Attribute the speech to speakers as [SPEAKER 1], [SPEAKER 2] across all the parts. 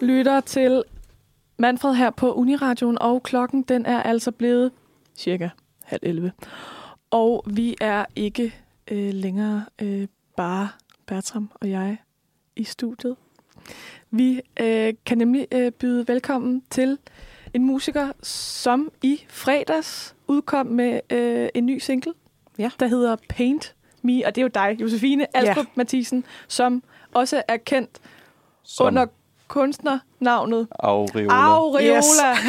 [SPEAKER 1] lytter til Manfred her på Uniradioen, og klokken den er altså blevet cirka halv 11. Og vi er ikke øh, længere øh, bare Bertram og jeg i studiet. Vi øh, kan nemlig øh, byde velkommen til en musiker, som i fredags udkom med øh, en ny single,
[SPEAKER 2] Ja.
[SPEAKER 1] der hedder Paint Me, og det er jo dig, Josefine Alstrup ja. Mathisen, som også er kendt
[SPEAKER 3] Som
[SPEAKER 1] under kunstnernavnet
[SPEAKER 3] Aureola.
[SPEAKER 1] Aureola.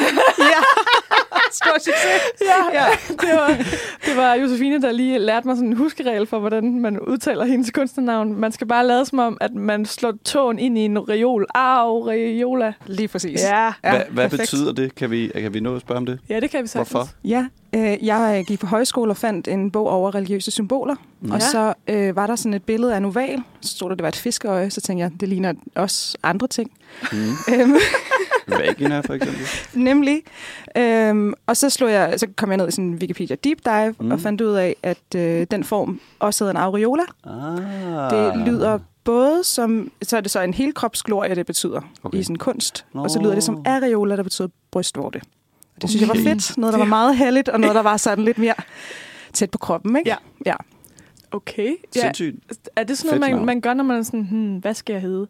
[SPEAKER 2] Stor succes.
[SPEAKER 1] ja, ja. Det, var, det var Josefine, der lige lærte mig sådan en huskeregel for, hvordan man udtaler hendes kunstnernavn. Man skal bare lade som om, at man slår tåen ind i en reol. Aureola.
[SPEAKER 2] Lige præcis.
[SPEAKER 1] Ja.
[SPEAKER 3] Hvad, hvad
[SPEAKER 2] perfekt.
[SPEAKER 3] betyder det? Kan vi, kan vi nå at spørge om det?
[SPEAKER 1] ja, det kan vi sagtens.
[SPEAKER 3] Hvorfor?
[SPEAKER 2] Ja, øh, jeg gik på højskole og fandt en bog over religiøse symboler,
[SPEAKER 3] Mm.
[SPEAKER 2] ja. og
[SPEAKER 1] Ja.
[SPEAKER 2] så øh, var der sådan et billede af en oval, så stod der, det var et fiskeøje, så tænkte jeg, det ligner også andre ting.
[SPEAKER 3] Mm.
[SPEAKER 2] Øhm,
[SPEAKER 3] Vagina for eksempel.
[SPEAKER 2] Nemlig. Øhm, og så, slog jeg, så kom jeg ned i sådan en Wikipedia deep dive
[SPEAKER 3] Mm.
[SPEAKER 2] mm. og fandt ud af, at øh, den form også hedder en aureola.
[SPEAKER 3] Ah.
[SPEAKER 2] Det lyder både som, så er det så en helkropsglorie, det betyder
[SPEAKER 3] Okay.
[SPEAKER 2] okay. i sådan kunst. Og så
[SPEAKER 3] Nå.
[SPEAKER 2] lyder det som areola, der betyder brystvorte. Og det synes
[SPEAKER 3] Okay.
[SPEAKER 2] jeg var fedt. Noget, der var meget heldigt, og noget, der var sådan lidt mere tæt på kroppen, ikke?
[SPEAKER 1] Ja.
[SPEAKER 2] ja.
[SPEAKER 1] Okay. Ja.
[SPEAKER 3] Sindssygt.
[SPEAKER 1] Er det sådan noget,
[SPEAKER 3] Fedt
[SPEAKER 1] man,
[SPEAKER 3] navn.
[SPEAKER 1] man gør, når man er sådan, hmm, hvad skal jeg hedde?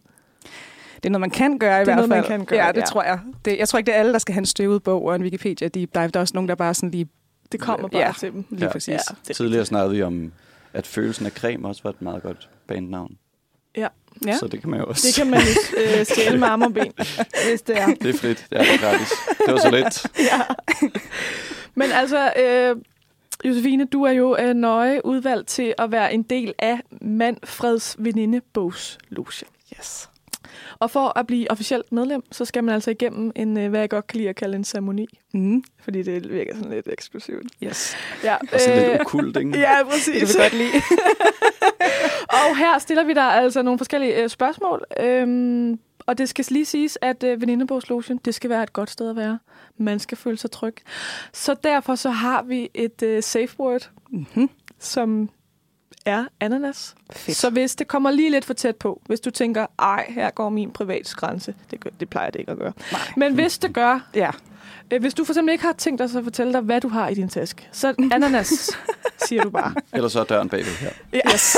[SPEAKER 2] Det er noget, man kan gøre
[SPEAKER 1] Det
[SPEAKER 2] i
[SPEAKER 1] er
[SPEAKER 2] hvert
[SPEAKER 1] noget,
[SPEAKER 2] fald.
[SPEAKER 1] man kan gøre,
[SPEAKER 2] ja, det
[SPEAKER 1] ja.
[SPEAKER 2] tror jeg. Det, jeg tror ikke, det er alle, der skal have en støvet bog og en Wikipedia deep dive. Der er også nogen, der bare sådan lige,
[SPEAKER 1] Det kommer bare
[SPEAKER 2] Ja.
[SPEAKER 1] til dem.
[SPEAKER 2] lige
[SPEAKER 3] Ja.
[SPEAKER 2] ja. præcis.
[SPEAKER 1] Ja, det,
[SPEAKER 3] Tidligere snakkede vi om, at følelsen af creme også var et meget godt bandnavn.
[SPEAKER 1] Ja.
[SPEAKER 2] Ja.
[SPEAKER 3] Så det kan man jo også.
[SPEAKER 1] det kan man jo øh, stjæle med arm og ben, hvis det er.
[SPEAKER 3] Det er frit. Ja, det er gratis. Det var så let.
[SPEAKER 1] Men altså, øh, Josefine, du er jo øh, nøje udvalgt til at være en del af Manfreds venindebogsloge.
[SPEAKER 2] Yes.
[SPEAKER 1] Og for at blive officielt medlem, så skal man altså igennem en, øh, hvad jeg godt kan lide at kalde en ceremoni.
[SPEAKER 2] Mm.
[SPEAKER 1] Fordi det virker sådan lidt eksklusivt.
[SPEAKER 2] Yes.
[SPEAKER 1] Ja,
[SPEAKER 3] Og sådan
[SPEAKER 1] øh,
[SPEAKER 3] lidt ukult, ikke?
[SPEAKER 1] ja præcis.
[SPEAKER 2] godt lide.
[SPEAKER 1] Og her stiller vi dig altså nogle forskellige øh, spørgsmål. Øhm, og det skal lige siges, at øh, venindebogslogen, det skal være et godt sted at være. Man skal føle sig tryg. Så derfor så har vi et øh, safe word,
[SPEAKER 2] Mm-hmm.
[SPEAKER 1] som er ananas.
[SPEAKER 2] Fedt.
[SPEAKER 1] Så hvis det kommer lige lidt for tæt på, hvis du tænker, ej, her går min privatsgrænse, det, gør, det plejer det ikke at gøre.
[SPEAKER 2] Nej.
[SPEAKER 1] Men hvis det gør,
[SPEAKER 2] Ja.
[SPEAKER 1] øh, hvis du for eksempel ikke har tænkt dig så at fortælle dig, hvad du har i din taske, så ananas, siger du bare.
[SPEAKER 3] Ellers så er døren bagved her,
[SPEAKER 2] Yes.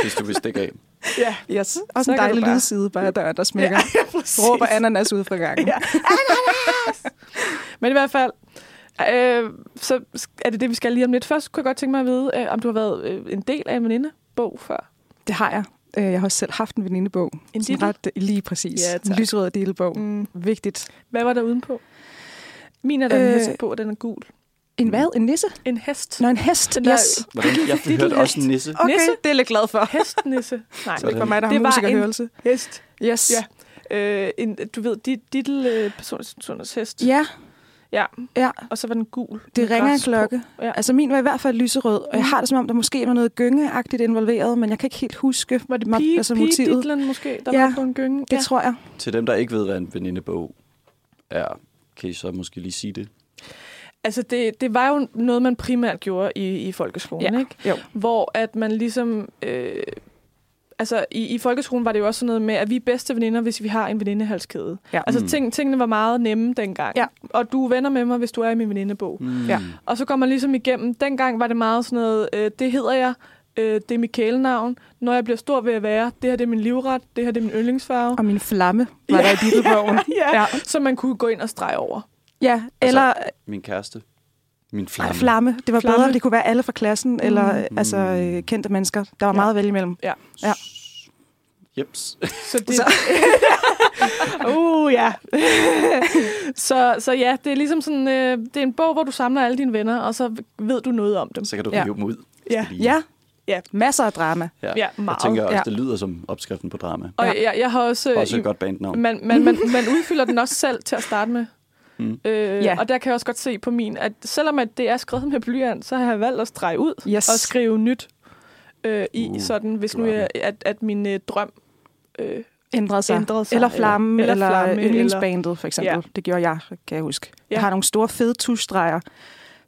[SPEAKER 3] hvis du vil stikke af.
[SPEAKER 1] Ja,
[SPEAKER 2] yes. Også
[SPEAKER 1] Så kan du
[SPEAKER 2] en dejlig
[SPEAKER 1] bare-
[SPEAKER 2] lydside bare af døren, der smækker.
[SPEAKER 1] ja,
[SPEAKER 2] Ja.
[SPEAKER 1] præcis.
[SPEAKER 2] Råber ananas ud fra gangen.
[SPEAKER 1] Ja. Men i hvert fald, øh, så er det det, vi skal lige om lidt. Først kunne jeg godt tænke mig at vide, øh, om du har været øh, en del af en venindebog før.
[SPEAKER 2] Det har jeg. Øh, Jeg har også selv haft en venindebog.
[SPEAKER 1] En
[SPEAKER 2] Sådan
[SPEAKER 1] dittel?
[SPEAKER 2] ret øh, Lige præcis.
[SPEAKER 1] Ja,
[SPEAKER 2] en
[SPEAKER 1] tak.
[SPEAKER 2] lysrød dilebog. Mm.
[SPEAKER 1] Mm.
[SPEAKER 2] Vigtigt.
[SPEAKER 1] Hvad var der udenpå? Min er den øh,
[SPEAKER 2] Øh,
[SPEAKER 1] hest på, og den er gul.
[SPEAKER 2] En hvad? En nisse?
[SPEAKER 1] En hest.
[SPEAKER 2] Nå, en hest.
[SPEAKER 1] Den der-
[SPEAKER 2] yes.
[SPEAKER 3] Hvordan? Jeg
[SPEAKER 1] Det er
[SPEAKER 3] hørte
[SPEAKER 1] lidt-
[SPEAKER 3] også en nisse.
[SPEAKER 2] Okay,
[SPEAKER 1] Nisse?
[SPEAKER 2] det er jeg lidt glad for.
[SPEAKER 1] Hestnisse. Nej,
[SPEAKER 2] Det er ikke for
[SPEAKER 3] Sådan.
[SPEAKER 2] mig, der
[SPEAKER 1] Det
[SPEAKER 2] har
[SPEAKER 1] var en-
[SPEAKER 2] musikerhørelse.
[SPEAKER 1] hest.
[SPEAKER 2] Yes.
[SPEAKER 1] Ja. Øh, en, du ved, dit, dit lille personers hest.
[SPEAKER 2] ja,
[SPEAKER 1] ja.
[SPEAKER 2] Ja.
[SPEAKER 1] Og så var den gul.
[SPEAKER 2] det
[SPEAKER 1] med
[SPEAKER 2] ringer en
[SPEAKER 1] græs på.
[SPEAKER 2] klokke.
[SPEAKER 1] Ja.
[SPEAKER 2] Ja. Mm. Altså min var i hvert fald lyserød, og jeg har det som om, der måske var noget gyngeagtigt involveret, men jeg kan ikke helt huske
[SPEAKER 1] Var det
[SPEAKER 2] mo-
[SPEAKER 1] pige,
[SPEAKER 2] altså,
[SPEAKER 1] pige
[SPEAKER 2] motivet.
[SPEAKER 1] ditlen måske, der ja.
[SPEAKER 2] Ja,
[SPEAKER 1] var på en gynge?
[SPEAKER 2] Det tror jeg.
[SPEAKER 3] Til dem, der ikke ved, hvad en venindebog er, kan I så måske lige sige det?
[SPEAKER 1] Altså, det, det var jo noget, man primært gjorde i, i folkeskolen, ikke?
[SPEAKER 2] Jo.
[SPEAKER 1] hvor at man ligesom... Øh, altså, i, i folkeskolen var det jo også sådan noget med, at vi er bedste veninder, hvis vi har en venindehalskæde.
[SPEAKER 2] Ja.
[SPEAKER 1] Altså,
[SPEAKER 3] Mm.
[SPEAKER 1] ting, tingene var meget nemme dengang.
[SPEAKER 2] Ja.
[SPEAKER 1] Og du er venner med mig, hvis du er i min venindebog.
[SPEAKER 3] Mm.
[SPEAKER 2] Ja.
[SPEAKER 1] Og så går man ligesom igennem. Dengang var det meget sådan noget, øh, det hedder jeg, øh, det er mit kælenavn. Når jeg bliver stor, vil jeg være. Det her det er min livret, det her det er min yndlingsfarve.
[SPEAKER 2] Og min flamme var ja. der i dilebogen.
[SPEAKER 1] Ja,
[SPEAKER 2] ja.
[SPEAKER 1] så man kunne gå ind og strege over.
[SPEAKER 2] Ja,
[SPEAKER 3] Altså,
[SPEAKER 2] eller
[SPEAKER 3] Min kæreste. Min flamme.
[SPEAKER 2] flamme. flamme. Det var
[SPEAKER 1] Flamme.
[SPEAKER 2] flamme. bedre. Det kunne være alle fra klassen, mm. eller
[SPEAKER 3] Mm.
[SPEAKER 2] altså, øh, kendte mennesker. Der var
[SPEAKER 1] Ja.
[SPEAKER 2] ja. meget at vælge imellem. Ja.
[SPEAKER 3] Jeps.
[SPEAKER 1] Så det...
[SPEAKER 2] Så-
[SPEAKER 1] uh, ja. så, så ja, det er ligesom sådan, øh, det er en bog, hvor du samler alle dine venner, og så ved du noget om dem.
[SPEAKER 3] Så kan du
[SPEAKER 2] Ja.
[SPEAKER 3] rive dem ud.
[SPEAKER 1] Ja,
[SPEAKER 3] Lige.
[SPEAKER 2] Ja.
[SPEAKER 1] Ja.
[SPEAKER 2] ja, masser af drama.
[SPEAKER 3] ja.
[SPEAKER 1] ja
[SPEAKER 3] Jeg
[SPEAKER 1] meget.
[SPEAKER 3] tænker også,
[SPEAKER 2] Ja.
[SPEAKER 3] det lyder som opskriften på drama.
[SPEAKER 1] Og jeg, jeg har også... øh,
[SPEAKER 3] Også
[SPEAKER 1] i-
[SPEAKER 3] et godt bandnavn.
[SPEAKER 1] man, man, man, man udfylder den også selv til at starte med.
[SPEAKER 3] Mm.
[SPEAKER 1] Øh,
[SPEAKER 2] Ja.
[SPEAKER 1] Og der kan jeg også godt se på min, at selvom at det er skrevet med blyant, så har jeg valgt at strege ud
[SPEAKER 2] Yes.
[SPEAKER 1] og skrive nyt øh, i, uh,
[SPEAKER 3] Uh,
[SPEAKER 1] sådan hvis
[SPEAKER 3] du
[SPEAKER 1] nu
[SPEAKER 3] har
[SPEAKER 1] jeg, at, at min øh, drøm... Øh,
[SPEAKER 2] Ændrede sig.
[SPEAKER 1] Ændrede sig,
[SPEAKER 2] Eller flammen,
[SPEAKER 1] eller-
[SPEAKER 2] eller,
[SPEAKER 1] eller
[SPEAKER 2] eller,
[SPEAKER 1] flamme,
[SPEAKER 2] eller yndlingsbandet, for eksempel.
[SPEAKER 1] Ja.
[SPEAKER 2] Ja. Det gjorde jeg, kan jeg huske.
[SPEAKER 1] Ja.
[SPEAKER 2] Ja. Jeg har nogle store fede tusstreger.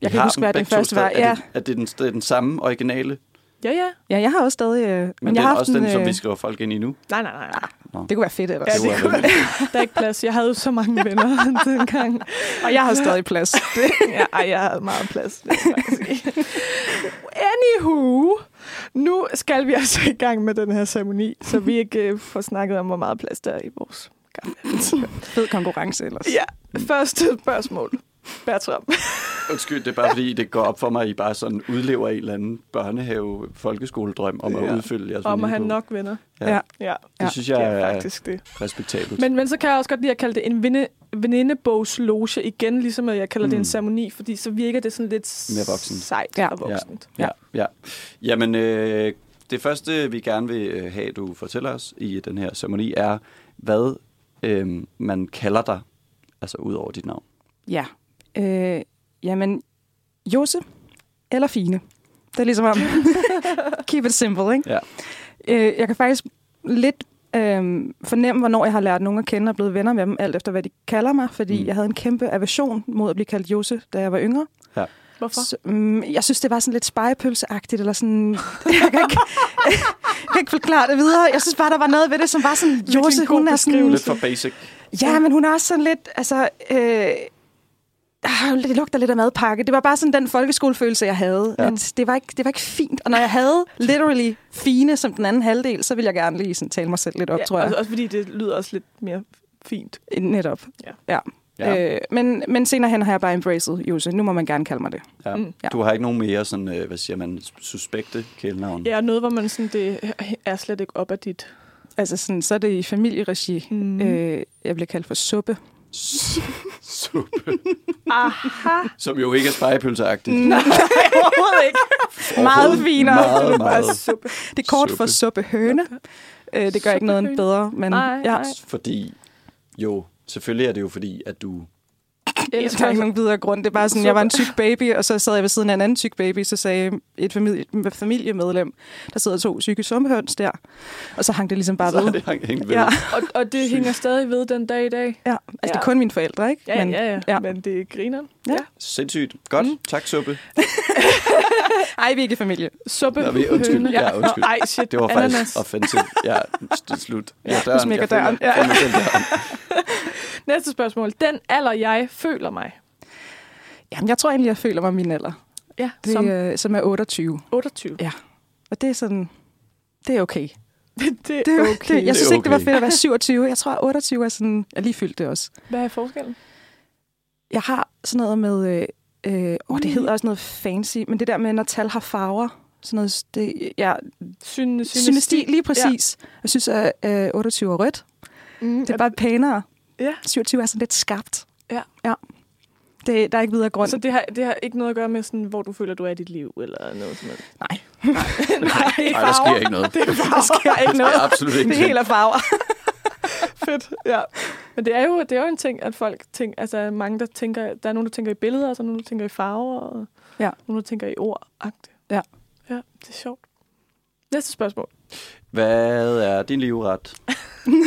[SPEAKER 2] Jeg kan ikke huske, hvad den første var. Ja.
[SPEAKER 3] Ja. Er det, er det den, det er den samme originale?
[SPEAKER 1] Ja, ja.
[SPEAKER 2] Ja, jeg har også stadig... øh,
[SPEAKER 3] Men, men det
[SPEAKER 2] jeg
[SPEAKER 3] er
[SPEAKER 2] har
[SPEAKER 3] også
[SPEAKER 2] haft
[SPEAKER 3] den,
[SPEAKER 2] en,
[SPEAKER 3] som
[SPEAKER 2] øh,
[SPEAKER 3] vi skriver folk ind i nu.
[SPEAKER 1] Nej, nej, nej. nej.
[SPEAKER 2] Det kunne være fedt ellers.
[SPEAKER 1] Ja,
[SPEAKER 3] Ah, det
[SPEAKER 1] det
[SPEAKER 3] var
[SPEAKER 1] kunne
[SPEAKER 3] vel-
[SPEAKER 1] Der er ikke plads. Jeg havde jo så mange venner dengang.
[SPEAKER 2] Og jeg har stadig plads. Det.
[SPEAKER 1] Ja, ej, jeg havde meget plads. vil jeg faktisk sige. Anywho, nu skal vi altså i gang med den her ceremoni, så vi ikke øh, får snakket om, hvor meget plads der er i vores gang.
[SPEAKER 2] Fed konkurrence ellers.
[SPEAKER 1] Ja, første spørgsmål. Bertram.
[SPEAKER 3] Undskyld, det er bare fordi, det går op for mig, at I bare sådan udlever en eller anden børnehave-folkeskoledrøm om at
[SPEAKER 1] Ja.
[SPEAKER 3] udfylde jeres
[SPEAKER 1] Om at have
[SPEAKER 3] venindebog.
[SPEAKER 1] nok venner.
[SPEAKER 3] Ja.
[SPEAKER 2] Ja.
[SPEAKER 1] Ja,
[SPEAKER 3] Det
[SPEAKER 2] Ja,
[SPEAKER 3] synes
[SPEAKER 1] det
[SPEAKER 3] jeg
[SPEAKER 1] er
[SPEAKER 3] er
[SPEAKER 1] faktisk det.
[SPEAKER 3] respektabelt.
[SPEAKER 1] Men, men så kan jeg også godt lide at kalde det en vinde, venindebogsloge igen, ligesom at jeg kalder mm. det
[SPEAKER 3] Mm.
[SPEAKER 1] en ceremoni, fordi så virker det sådan lidt
[SPEAKER 3] Mere voksent.
[SPEAKER 1] sejt
[SPEAKER 2] Ja.
[SPEAKER 1] og voksent.
[SPEAKER 3] Ja, ja. Jamen, øh, det første, vi gerne vil øh, have, du fortæller os i den her ceremoni, er, hvad øh, man kalder dig, altså ud over dit navn.
[SPEAKER 2] Ja. Øh, jamen, Jose eller Fine. Det er ligesom om, keep it simple, ikke?
[SPEAKER 3] Ja.
[SPEAKER 2] Øh, jeg kan faktisk lidt øh, fornemme, hvornår jeg har lært nogen at kende og blevet venner med dem, alt efter hvad de kalder mig, fordi
[SPEAKER 3] Mm.
[SPEAKER 2] mm. jeg havde en kæmpe aversion mod at blive kaldt Jose, da jeg var yngre.
[SPEAKER 1] Hvorfor?
[SPEAKER 2] Så, mm, jeg synes, det var sådan lidt spejepølseagtigt, eller sådan... Jeg kan ikke, jeg kan ikke forklare det videre. Jeg synes bare, der var noget ved det, som var sådan...
[SPEAKER 1] Virkelig en
[SPEAKER 2] Jose,
[SPEAKER 1] god
[SPEAKER 2] hun er sådan...
[SPEAKER 3] Lidt for basic.
[SPEAKER 2] Ja, men hun er også sådan lidt, altså... Øh, ah, det lugter lidt af madpakke. Det var bare sådan den folkeskolefølelse, jeg havde.
[SPEAKER 3] Ja.
[SPEAKER 2] Ja. At det, var ikke, det var ikke fint. Og når jeg havde literally fine som den anden halvdel, så ville jeg gerne lige sådan tale mig selv lidt op, ja, tror jeg.
[SPEAKER 1] altså Også, også fordi det lyder også lidt mere fint.
[SPEAKER 2] Netop.
[SPEAKER 1] Ja.
[SPEAKER 2] ja.
[SPEAKER 3] Ja,
[SPEAKER 2] ja. Øh, men, men senere hen har jeg bare embraced Jose. Nu må man gerne kalde mig det.
[SPEAKER 3] ja.
[SPEAKER 1] mm,
[SPEAKER 2] ja.
[SPEAKER 3] Du har ikke nogen mere sådan, øh, hvad siger man, suspekte kælenavn.
[SPEAKER 1] Ja, og noget, hvor man sådan, det er slet ikke op ad dit...
[SPEAKER 2] Altså sådan, så er det i familieregi.
[SPEAKER 1] Mm.
[SPEAKER 2] Øh, jeg bliver kaldt for suppe.
[SPEAKER 3] Suppe,
[SPEAKER 1] Aha!
[SPEAKER 3] som jo ikke er spejepølseagtigt. Mm,
[SPEAKER 2] overhovedet ikke. meget finere.
[SPEAKER 3] Meget, meget.
[SPEAKER 2] Det er kort for
[SPEAKER 3] Suppe.
[SPEAKER 2] suppe høne. Øh, det gør ikke noget
[SPEAKER 1] Suppe høne.
[SPEAKER 2] bedre, men
[SPEAKER 1] Nej,
[SPEAKER 2] ja,
[SPEAKER 1] nej.
[SPEAKER 3] Fordi, jo, selvfølgelig er det jo fordi, at du...
[SPEAKER 2] jeg tager ikke nogen videre grund. Det er bare sådan, jeg var en tyk baby, og så sad jeg ved siden af en anden tyk baby, så sagde et familie, familiemedlem, der sidder to psykiske sumpehøns der. Og så hang det ligesom bare
[SPEAKER 3] så har
[SPEAKER 2] ved.
[SPEAKER 3] det hængt ved.
[SPEAKER 2] Ja,
[SPEAKER 1] Og, og det hænger stadig ved den dag i dag.
[SPEAKER 2] ja. Altså, det
[SPEAKER 1] Ja.
[SPEAKER 2] er kun mine forældre, ikke?
[SPEAKER 1] Ja, men, ja, ja, ja.
[SPEAKER 2] ja.
[SPEAKER 1] Men det griner.
[SPEAKER 2] Ja.
[SPEAKER 3] Sindssygt. Godt. Mm. Tak, Suppe.
[SPEAKER 2] Ej, vi er ikke i familie.
[SPEAKER 1] Suppe,
[SPEAKER 3] Nå, vi- undskyld.
[SPEAKER 1] høne.
[SPEAKER 3] Ja, undskyld.
[SPEAKER 1] Ej, shit.
[SPEAKER 3] Det var faktisk
[SPEAKER 1] Ananas.
[SPEAKER 3] offensivt. Ja, det er slut. Ja,
[SPEAKER 2] du smækker
[SPEAKER 3] Jeg føler-
[SPEAKER 2] døren. Ja.
[SPEAKER 3] føler mig selv døren.
[SPEAKER 1] Næste spørgsmål. Den alder, jeg føler mig.
[SPEAKER 2] Jamen, jeg tror egentlig, jeg føler mig min alder,
[SPEAKER 1] Ja,
[SPEAKER 2] det,
[SPEAKER 1] som
[SPEAKER 2] som, øh, som er 28.
[SPEAKER 1] 28.
[SPEAKER 2] Og det er sådan, det er okay.
[SPEAKER 1] Det, det
[SPEAKER 2] Det,
[SPEAKER 1] er
[SPEAKER 2] er
[SPEAKER 1] okay.
[SPEAKER 2] okay. Det, jeg
[SPEAKER 3] Det er
[SPEAKER 2] synes ikke, det var
[SPEAKER 3] okay.
[SPEAKER 2] fedt at være 27. Jeg tror, 28 er sådan... Jeg lige fyldt det også.
[SPEAKER 1] Hvad er forskellen?
[SPEAKER 2] Jeg har sådan noget med... Øh, øh, åh, det
[SPEAKER 1] Mm.
[SPEAKER 2] hedder også noget fancy, men det der med, når tal har farver. Sådan noget, det, ja,
[SPEAKER 1] Syn,
[SPEAKER 2] synesti, lige præcis. Ja. Jeg synes, at øh, 28 er rødt.
[SPEAKER 1] Mm,
[SPEAKER 2] Det er bare pænere.
[SPEAKER 1] Ja.
[SPEAKER 2] 27 er sådan lidt skarpt.
[SPEAKER 1] Ja.
[SPEAKER 2] ja. Det, der er ikke videre grund.
[SPEAKER 1] Så det har, det har ikke noget at gøre med, sådan, hvor du føler, du er i dit liv, eller noget sådan noget?
[SPEAKER 2] Nej.
[SPEAKER 1] Nej, det er
[SPEAKER 3] Nej, der
[SPEAKER 1] farver.
[SPEAKER 3] sker ikke noget.
[SPEAKER 1] Det er
[SPEAKER 2] der
[SPEAKER 1] farver.
[SPEAKER 2] sker ikke
[SPEAKER 3] Der
[SPEAKER 2] noget.
[SPEAKER 3] er absolut ikke
[SPEAKER 2] Det er helt af farver.
[SPEAKER 1] Fedt, ja. Men det er jo, det er jo en ting, at folk tænker, altså mange, der tænker, der er nogen, der tænker i billeder, og så er nogen, der tænker i farver, og
[SPEAKER 2] Ja.
[SPEAKER 1] nogen, der tænker i ord -agtigt.
[SPEAKER 2] Ja.
[SPEAKER 1] Ja, det er sjovt. Næste spørgsmål.
[SPEAKER 3] Hvad er din livret?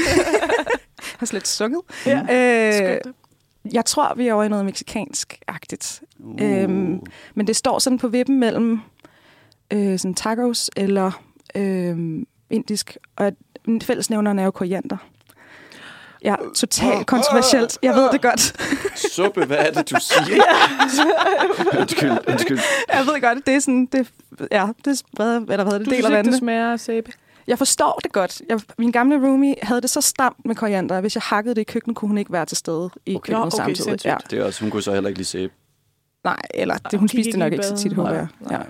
[SPEAKER 2] Jeg har slet ikke sunget.
[SPEAKER 1] Ja.
[SPEAKER 3] Mm.
[SPEAKER 2] Øh,
[SPEAKER 1] Skønt.
[SPEAKER 2] jeg tror, vi er over i noget meksikansk-agtigt.
[SPEAKER 3] Uh.
[SPEAKER 2] Øhm, Men det står sådan på vippen mellem øh, sådan tacos eller øh, indisk. Og fællesnævneren er jo koriander. Ja, totalt kontroversielt. Jeg ved det godt.
[SPEAKER 3] Suppe, hvad er det, du siger? undskyld, undskyld.
[SPEAKER 2] Jeg ved godt, det er sådan, det, ja, det spreder, eller hvad hedder
[SPEAKER 1] Du
[SPEAKER 2] det,
[SPEAKER 1] synes
[SPEAKER 2] deler
[SPEAKER 1] ikke, det
[SPEAKER 2] vandene.
[SPEAKER 1] smager af sæbe?
[SPEAKER 2] Jeg forstår det godt. Jeg, min gamle roomie havde det så stramt med koriander, at hvis jeg hakkede det i køkkenet, kunne hun ikke være til stede i
[SPEAKER 3] Okay.
[SPEAKER 2] okay. køkkenet
[SPEAKER 1] Nå, okay,
[SPEAKER 2] samtidig.
[SPEAKER 1] sindssygt.
[SPEAKER 3] Det er også, hun kunne så heller ikke lige sæbe.
[SPEAKER 2] nej, eller det,
[SPEAKER 1] Ej,
[SPEAKER 2] hun
[SPEAKER 1] hun
[SPEAKER 2] spiste
[SPEAKER 1] gik
[SPEAKER 2] det nok
[SPEAKER 1] ikke i
[SPEAKER 2] ikke så
[SPEAKER 1] bad.
[SPEAKER 2] tit, håber
[SPEAKER 3] Nej,
[SPEAKER 2] jeg.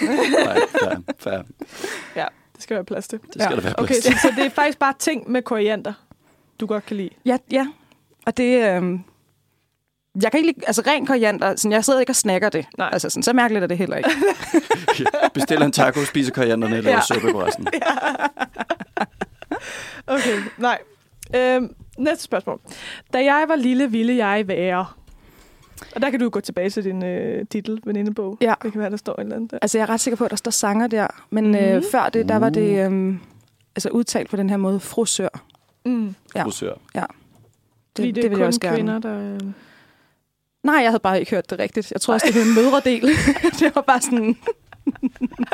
[SPEAKER 2] Ja.
[SPEAKER 1] nej.
[SPEAKER 3] Nej, fair, fair.
[SPEAKER 1] Ja, det skal være plads til.
[SPEAKER 3] Det skal ja. der være
[SPEAKER 1] Okay,
[SPEAKER 3] plads
[SPEAKER 1] så,
[SPEAKER 3] til.
[SPEAKER 1] så det er faktisk bare ting med koriander, du godt kan lide.
[SPEAKER 2] Ja, ja. Og det... Øh, jeg kan ikke lide, altså ren koriander, sådan, jeg sidder ikke og snakker det.
[SPEAKER 1] Nej.
[SPEAKER 2] Altså sådan, så mærkeligt er det heller ikke.
[SPEAKER 3] Bestiller en taco, spiser korianderne eller
[SPEAKER 1] Ja.
[SPEAKER 3] ja. suppe på resten.
[SPEAKER 1] Okay, nej. Øhm, næste spørgsmål. Da jeg var lille, ville jeg være... Og der kan du gå tilbage til din øh, titel, venindebog.
[SPEAKER 2] Ja.
[SPEAKER 1] Det kan være, der står en eller anden der.
[SPEAKER 2] Altså jeg er ret sikker på, at der står sanger der, men mm. øh,
[SPEAKER 1] Mhm.
[SPEAKER 2] før det, der var
[SPEAKER 3] Uh.
[SPEAKER 2] det øh, altså udtalt på den her måde, frosør. Det,
[SPEAKER 1] Mm.
[SPEAKER 2] Ja.
[SPEAKER 3] Frisør.
[SPEAKER 1] Fordi det, det er kun kvinder, der... Øh...
[SPEAKER 2] Nej, jeg havde bare ikke hørt det rigtigt. Jeg tror også, det var en mødredel. det var bare sådan...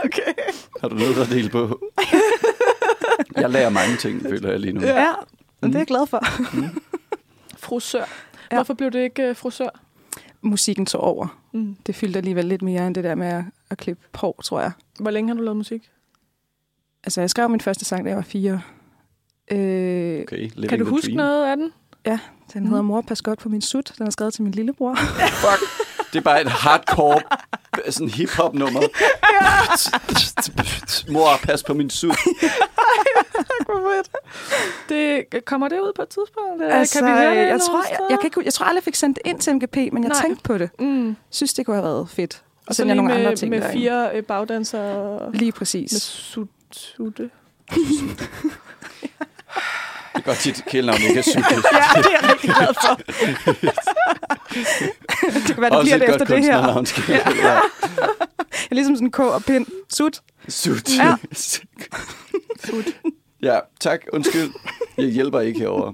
[SPEAKER 1] Okay.
[SPEAKER 3] Har du noget at dele på? Jeg lærer mange ting, føler jeg lige nu.
[SPEAKER 2] Ja, Mm. og det er jeg glad for.
[SPEAKER 1] Frusør. Ja. Hvorfor blev det ikke uh, frusør?
[SPEAKER 2] Musikken tog over.
[SPEAKER 1] Mm.
[SPEAKER 2] Det fyldte alligevel lidt mere end det der med at, at klippe hår, tror jeg.
[SPEAKER 1] Hvor længe har du lavet musik?
[SPEAKER 2] Altså, jeg skrev min første sang, da jeg var fire. Øh,
[SPEAKER 3] Okay, living
[SPEAKER 1] Kan du
[SPEAKER 3] the
[SPEAKER 1] huske
[SPEAKER 3] dream.
[SPEAKER 1] noget af den?
[SPEAKER 2] den
[SPEAKER 1] Mm.
[SPEAKER 2] hedder Mor, pas godt på min sut. Den er skrevet til min lillebror.
[SPEAKER 3] Fuck. Det er bare et hardcore sådan hip-hop nummer. Mor, pas på min sut.
[SPEAKER 1] Det, øh, kommer det ud på et tidspunkt? Eller
[SPEAKER 2] altså,
[SPEAKER 1] kan vi høre det
[SPEAKER 2] jeg,
[SPEAKER 1] nogle
[SPEAKER 2] tror, jeg, jeg,
[SPEAKER 1] steder?
[SPEAKER 2] kan ikke, jeg tror aldrig, jeg fik sendt det ind til MGP, men jeg
[SPEAKER 1] Nej.
[SPEAKER 2] tænkte på det.
[SPEAKER 1] Mm.
[SPEAKER 2] Synes, det kunne have været fedt.
[SPEAKER 1] Og så lige
[SPEAKER 2] sende jer
[SPEAKER 1] nogle med,
[SPEAKER 2] andre ting
[SPEAKER 1] med
[SPEAKER 2] derind.
[SPEAKER 1] fire øh, bagdansere
[SPEAKER 2] Lige
[SPEAKER 1] med
[SPEAKER 2] præcis.
[SPEAKER 1] sut- sutte.
[SPEAKER 3] Det er godt, dit kælenavn ikke er sut.
[SPEAKER 2] Ja, det er jeg rigtig glad for. det kan være, det
[SPEAKER 3] Også
[SPEAKER 2] bliver
[SPEAKER 3] et
[SPEAKER 2] det
[SPEAKER 3] godt
[SPEAKER 2] efter det her.
[SPEAKER 3] kunstnernavn, skal jeg- Ja.
[SPEAKER 2] Jeg er ligesom sådan K og pind. Sut.
[SPEAKER 3] Sut.
[SPEAKER 2] Ja.
[SPEAKER 1] Sut.
[SPEAKER 3] Ja, tak. Undskyld. Jeg hjælper ikke herover.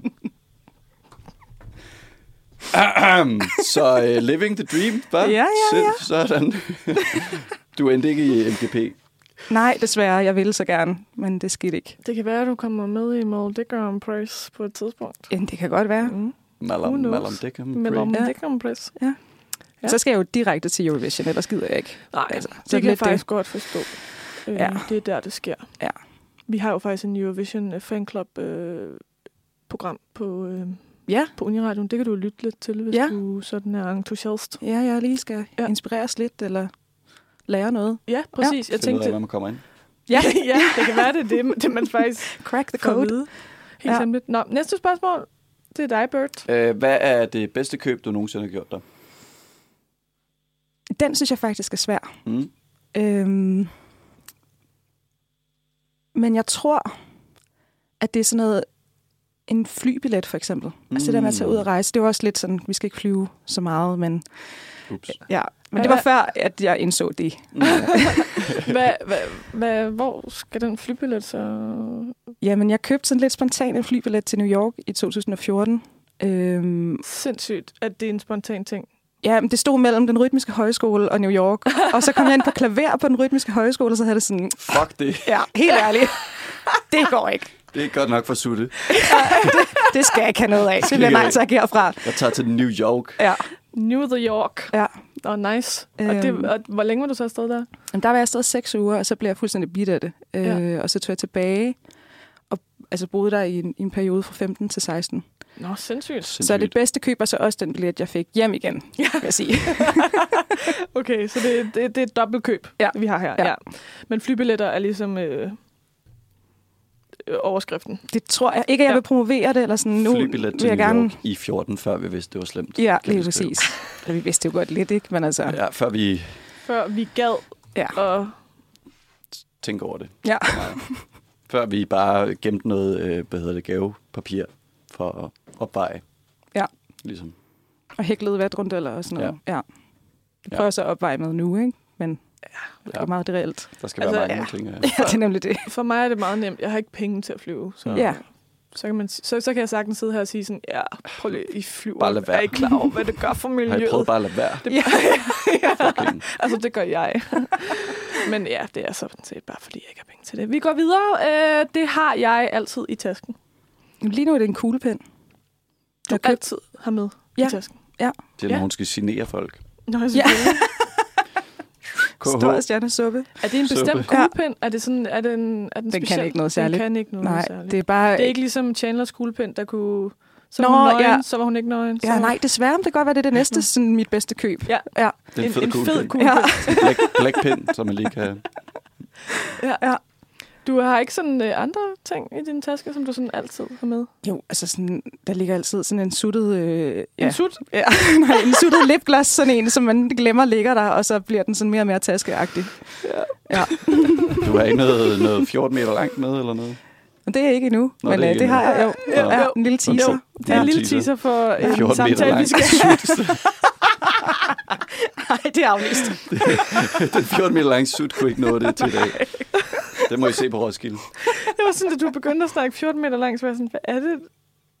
[SPEAKER 3] Så uh, living the dream, var
[SPEAKER 2] Ja, ja, ja.
[SPEAKER 3] Sådan. Du endte ikke i MGP.
[SPEAKER 2] Nej, desværre. Jeg ville så gerne, men det skete ikke.
[SPEAKER 1] Det kan være, at du kommer med i Mal Dickram Prize på et tidspunkt.
[SPEAKER 2] Ja, det kan godt være.
[SPEAKER 1] Mm.
[SPEAKER 3] Malum,
[SPEAKER 1] Who knows?
[SPEAKER 3] Malum Dickham.
[SPEAKER 1] Mellem
[SPEAKER 2] Ja.
[SPEAKER 1] ja. Dickram Prize. Ja.
[SPEAKER 2] Ja. Så skal jeg jo direkte til Eurovision, ellers gider jeg ikke.
[SPEAKER 1] Nej,
[SPEAKER 2] altså,
[SPEAKER 1] det
[SPEAKER 2] så
[SPEAKER 1] kan jeg
[SPEAKER 2] lidt det.
[SPEAKER 1] faktisk det. godt forstå. Øh,
[SPEAKER 2] Ja.
[SPEAKER 1] ja. Det er der, det sker.
[SPEAKER 2] Ja.
[SPEAKER 1] Vi har jo faktisk en Eurovision øh, Fanclub øh, program på, øh,
[SPEAKER 2] Ja.
[SPEAKER 1] på Uniradion. Det kan du lytte lidt til, hvis
[SPEAKER 2] Ja.
[SPEAKER 1] ja. du sådan er entusiast.
[SPEAKER 2] Ja, jeg lige skal
[SPEAKER 1] Ja.
[SPEAKER 2] ja. inspireres lidt, eller lære noget.
[SPEAKER 1] Ja, præcis. Ja. Jeg
[SPEAKER 3] Finde ud af,
[SPEAKER 1] tænkte,
[SPEAKER 3] hvad man kommer ind.
[SPEAKER 1] ja, ja, det kan være, det er det, man- det man faktisk
[SPEAKER 2] Crack the
[SPEAKER 1] får at
[SPEAKER 2] code.
[SPEAKER 1] vide. Helt ja.
[SPEAKER 2] Ja.
[SPEAKER 1] simpelthen. Nå, næste spørgsmål. Det er dig, Bert.
[SPEAKER 3] Øh, hvad er det bedste køb, du nogensinde har gjort dig?
[SPEAKER 2] Den synes jeg faktisk er svær.
[SPEAKER 3] Mm.
[SPEAKER 2] Øhm, men jeg tror, at det er sådan noget, en flybillet for eksempel. Mm. Altså det der med at tage ud
[SPEAKER 3] Hmm.
[SPEAKER 2] og rejse, det var også lidt sådan, vi skal ikke flyve så meget, men
[SPEAKER 3] Ups.
[SPEAKER 2] ja. Men det
[SPEAKER 1] Ja.
[SPEAKER 2] var før, at jeg indså det.
[SPEAKER 3] Mm.
[SPEAKER 1] Hvad, hvad, hvad, hvor skal den flybillet så...
[SPEAKER 2] Jamen, jeg købte sådan lidt spontan en flybillet til New York i 2014. Øhm,
[SPEAKER 1] Sindssygt, at det er en spontan ting.
[SPEAKER 2] ja, men det stod mellem den rytmiske højskole og New York. Og så kom jeg ind på klaver på den rytmiske højskole, og så havde det sådan,
[SPEAKER 3] Fuck det.
[SPEAKER 2] ja, helt ærligt, det går ikke.
[SPEAKER 3] Det er godt nok for sutte.
[SPEAKER 2] Det skal jeg ikke have noget af. Det bliver nej tak herfra.
[SPEAKER 3] Jeg tager til New York.
[SPEAKER 2] Ja,
[SPEAKER 1] New the York.
[SPEAKER 2] ja.
[SPEAKER 1] Og nice. Og,
[SPEAKER 2] Øhm.
[SPEAKER 1] det, og hvor længe var du så afsted der?
[SPEAKER 2] Jamen, der var jeg afsted seks uger, og så blev jeg fuldstændig bidt af det. Øh, ja. Og så tog jeg tilbage, og altså, boede der i en, i en periode fra 15 til 16.
[SPEAKER 1] Nå, sindssygt.
[SPEAKER 2] Så det bedste køb var så også den billet, jeg fik hjem igen, ja. kan jeg sige.
[SPEAKER 1] Okay, så det, det, det er et dobbeltkøb,
[SPEAKER 2] Ja.
[SPEAKER 1] vi har her.
[SPEAKER 2] Ja.
[SPEAKER 1] Ja. Ja. Men flybilletter er ligesom øh, øh, overskriften.
[SPEAKER 2] Det tror jeg ikke, at jeg
[SPEAKER 1] Ja.
[SPEAKER 2] vil promovere det, eller sådan, nu
[SPEAKER 3] Flybillet
[SPEAKER 2] vil
[SPEAKER 3] til
[SPEAKER 2] jeg
[SPEAKER 3] New
[SPEAKER 2] gerne...
[SPEAKER 3] York i 14, før vi vidste, det var slemt.
[SPEAKER 2] Ja,
[SPEAKER 3] Kan
[SPEAKER 2] lige
[SPEAKER 3] vi skrive.
[SPEAKER 2] præcis. Eller vi vidste det jo godt lidt, ikke? Men altså, ja.
[SPEAKER 3] Ja, før vi
[SPEAKER 1] Før vi gad
[SPEAKER 2] Ja.
[SPEAKER 1] og
[SPEAKER 3] tænker over det.
[SPEAKER 2] Ja.
[SPEAKER 3] for meget. Før vi bare gemte noget, øh, hvad hedder det, gavepapir for at opveje.
[SPEAKER 2] Ja.
[SPEAKER 3] Ligesom.
[SPEAKER 2] og hæklede vatrundeller og sådan noget. Ja. ja. Det
[SPEAKER 3] Ja.
[SPEAKER 2] prøver jeg så at opveje med nu, ikke? Men ja.
[SPEAKER 3] Ja.
[SPEAKER 2] hvor meget er det reelt?
[SPEAKER 3] Der skal
[SPEAKER 1] Altså,
[SPEAKER 3] være mange
[SPEAKER 1] ja.
[SPEAKER 3] ting. øh. Ja.
[SPEAKER 2] Ja, det er nemlig det.
[SPEAKER 1] for mig er det meget nemt. Jeg har ikke penge til at flyve. Så,
[SPEAKER 3] Ja.
[SPEAKER 2] Ja.
[SPEAKER 1] så, kan, man, s- så, så kan jeg sagtens sidde her og sige sådan, ja, prøv lige, I flyver.
[SPEAKER 3] Bare lad være.
[SPEAKER 1] Er I klar over, hvad det gør for
[SPEAKER 3] Har I
[SPEAKER 1] miljøet?
[SPEAKER 3] prøvet bare at lade være?
[SPEAKER 1] Det, ja.
[SPEAKER 3] Fucking.
[SPEAKER 1] altså, det gør jeg. Men ja, det er sådan set bare, fordi jeg ikke har penge til det. Vi går videre. Øh, det har jeg altid i tasken.
[SPEAKER 2] Lige nu er det en kuglepen.
[SPEAKER 1] Du
[SPEAKER 2] Jeg køb-
[SPEAKER 1] altid har med ja.
[SPEAKER 2] Ja.
[SPEAKER 1] i tasken.
[SPEAKER 3] Det er, når
[SPEAKER 1] Ja.
[SPEAKER 3] hun skal signere folk.
[SPEAKER 1] Nå, jeg
[SPEAKER 2] Ja.
[SPEAKER 1] ja.
[SPEAKER 3] KH.
[SPEAKER 2] Stor stjernesuppe.
[SPEAKER 1] Er det en
[SPEAKER 3] Suppe.
[SPEAKER 1] bestemt
[SPEAKER 2] Ja.
[SPEAKER 1] kuglepen? Er det sådan, er den, er den,
[SPEAKER 2] Den kan
[SPEAKER 1] speciel?
[SPEAKER 2] ikke noget særligt.
[SPEAKER 1] Den kan ikke noget
[SPEAKER 2] Nej,
[SPEAKER 1] særligt.
[SPEAKER 2] det er bare...
[SPEAKER 1] det er ikke ligesom Chandlers kuglepen, der kunne... Så var
[SPEAKER 2] Nå,
[SPEAKER 1] Nå, hun nøgen, ja.
[SPEAKER 2] ja.
[SPEAKER 1] så var hun ikke nøgen. så
[SPEAKER 2] Ja,
[SPEAKER 1] var-
[SPEAKER 2] nej, desværre, men det kan godt være, det er det
[SPEAKER 1] Mhm.
[SPEAKER 2] næste, sådan mit bedste køb.
[SPEAKER 1] Ja.
[SPEAKER 2] ja.
[SPEAKER 3] Det er en fed
[SPEAKER 1] en fed
[SPEAKER 3] kuglepen.
[SPEAKER 1] kuglepen.
[SPEAKER 2] Ja.
[SPEAKER 3] Sådan en Black, black pin, som man lige kan...
[SPEAKER 2] ja. ja.
[SPEAKER 1] Du har ikke sådan øh, andre ting i dine tasker, som du sådan altid har med?
[SPEAKER 2] Jo, altså sådan, der ligger altid sådan en suttet... Øh,
[SPEAKER 1] Ja.
[SPEAKER 2] ja.
[SPEAKER 1] En sut?
[SPEAKER 2] Ja, nej, en suttet lipgloss, sådan en, som man glemmer ligger der, og så bliver den sådan mere og mere taskeagtig.
[SPEAKER 3] Du har ikke noget, noget 14 meter langt med, eller noget?
[SPEAKER 2] Men det er ikke endnu,
[SPEAKER 3] Nå,
[SPEAKER 2] Nå, men
[SPEAKER 3] det
[SPEAKER 2] det,
[SPEAKER 3] er
[SPEAKER 2] øh,
[SPEAKER 3] ikke
[SPEAKER 2] det har jeg jo.
[SPEAKER 3] Nå.
[SPEAKER 2] Ja, ja, en lille teaser.
[SPEAKER 3] Jo.
[SPEAKER 1] Det er
[SPEAKER 3] Ja,
[SPEAKER 1] en lille
[SPEAKER 3] teaser.
[SPEAKER 1] teaser for øh,
[SPEAKER 3] 14 meter
[SPEAKER 1] en samtale, vi
[SPEAKER 3] lang.
[SPEAKER 1] skal
[SPEAKER 2] Nej, det er aflyst.
[SPEAKER 3] Den 14 meter lange sut kunne ikke nå det til i dag. Det må I se på Roskilde.
[SPEAKER 1] Det var sådan, at du begyndte at snakke 14 meter langt, så var jeg sådan, hvad er det?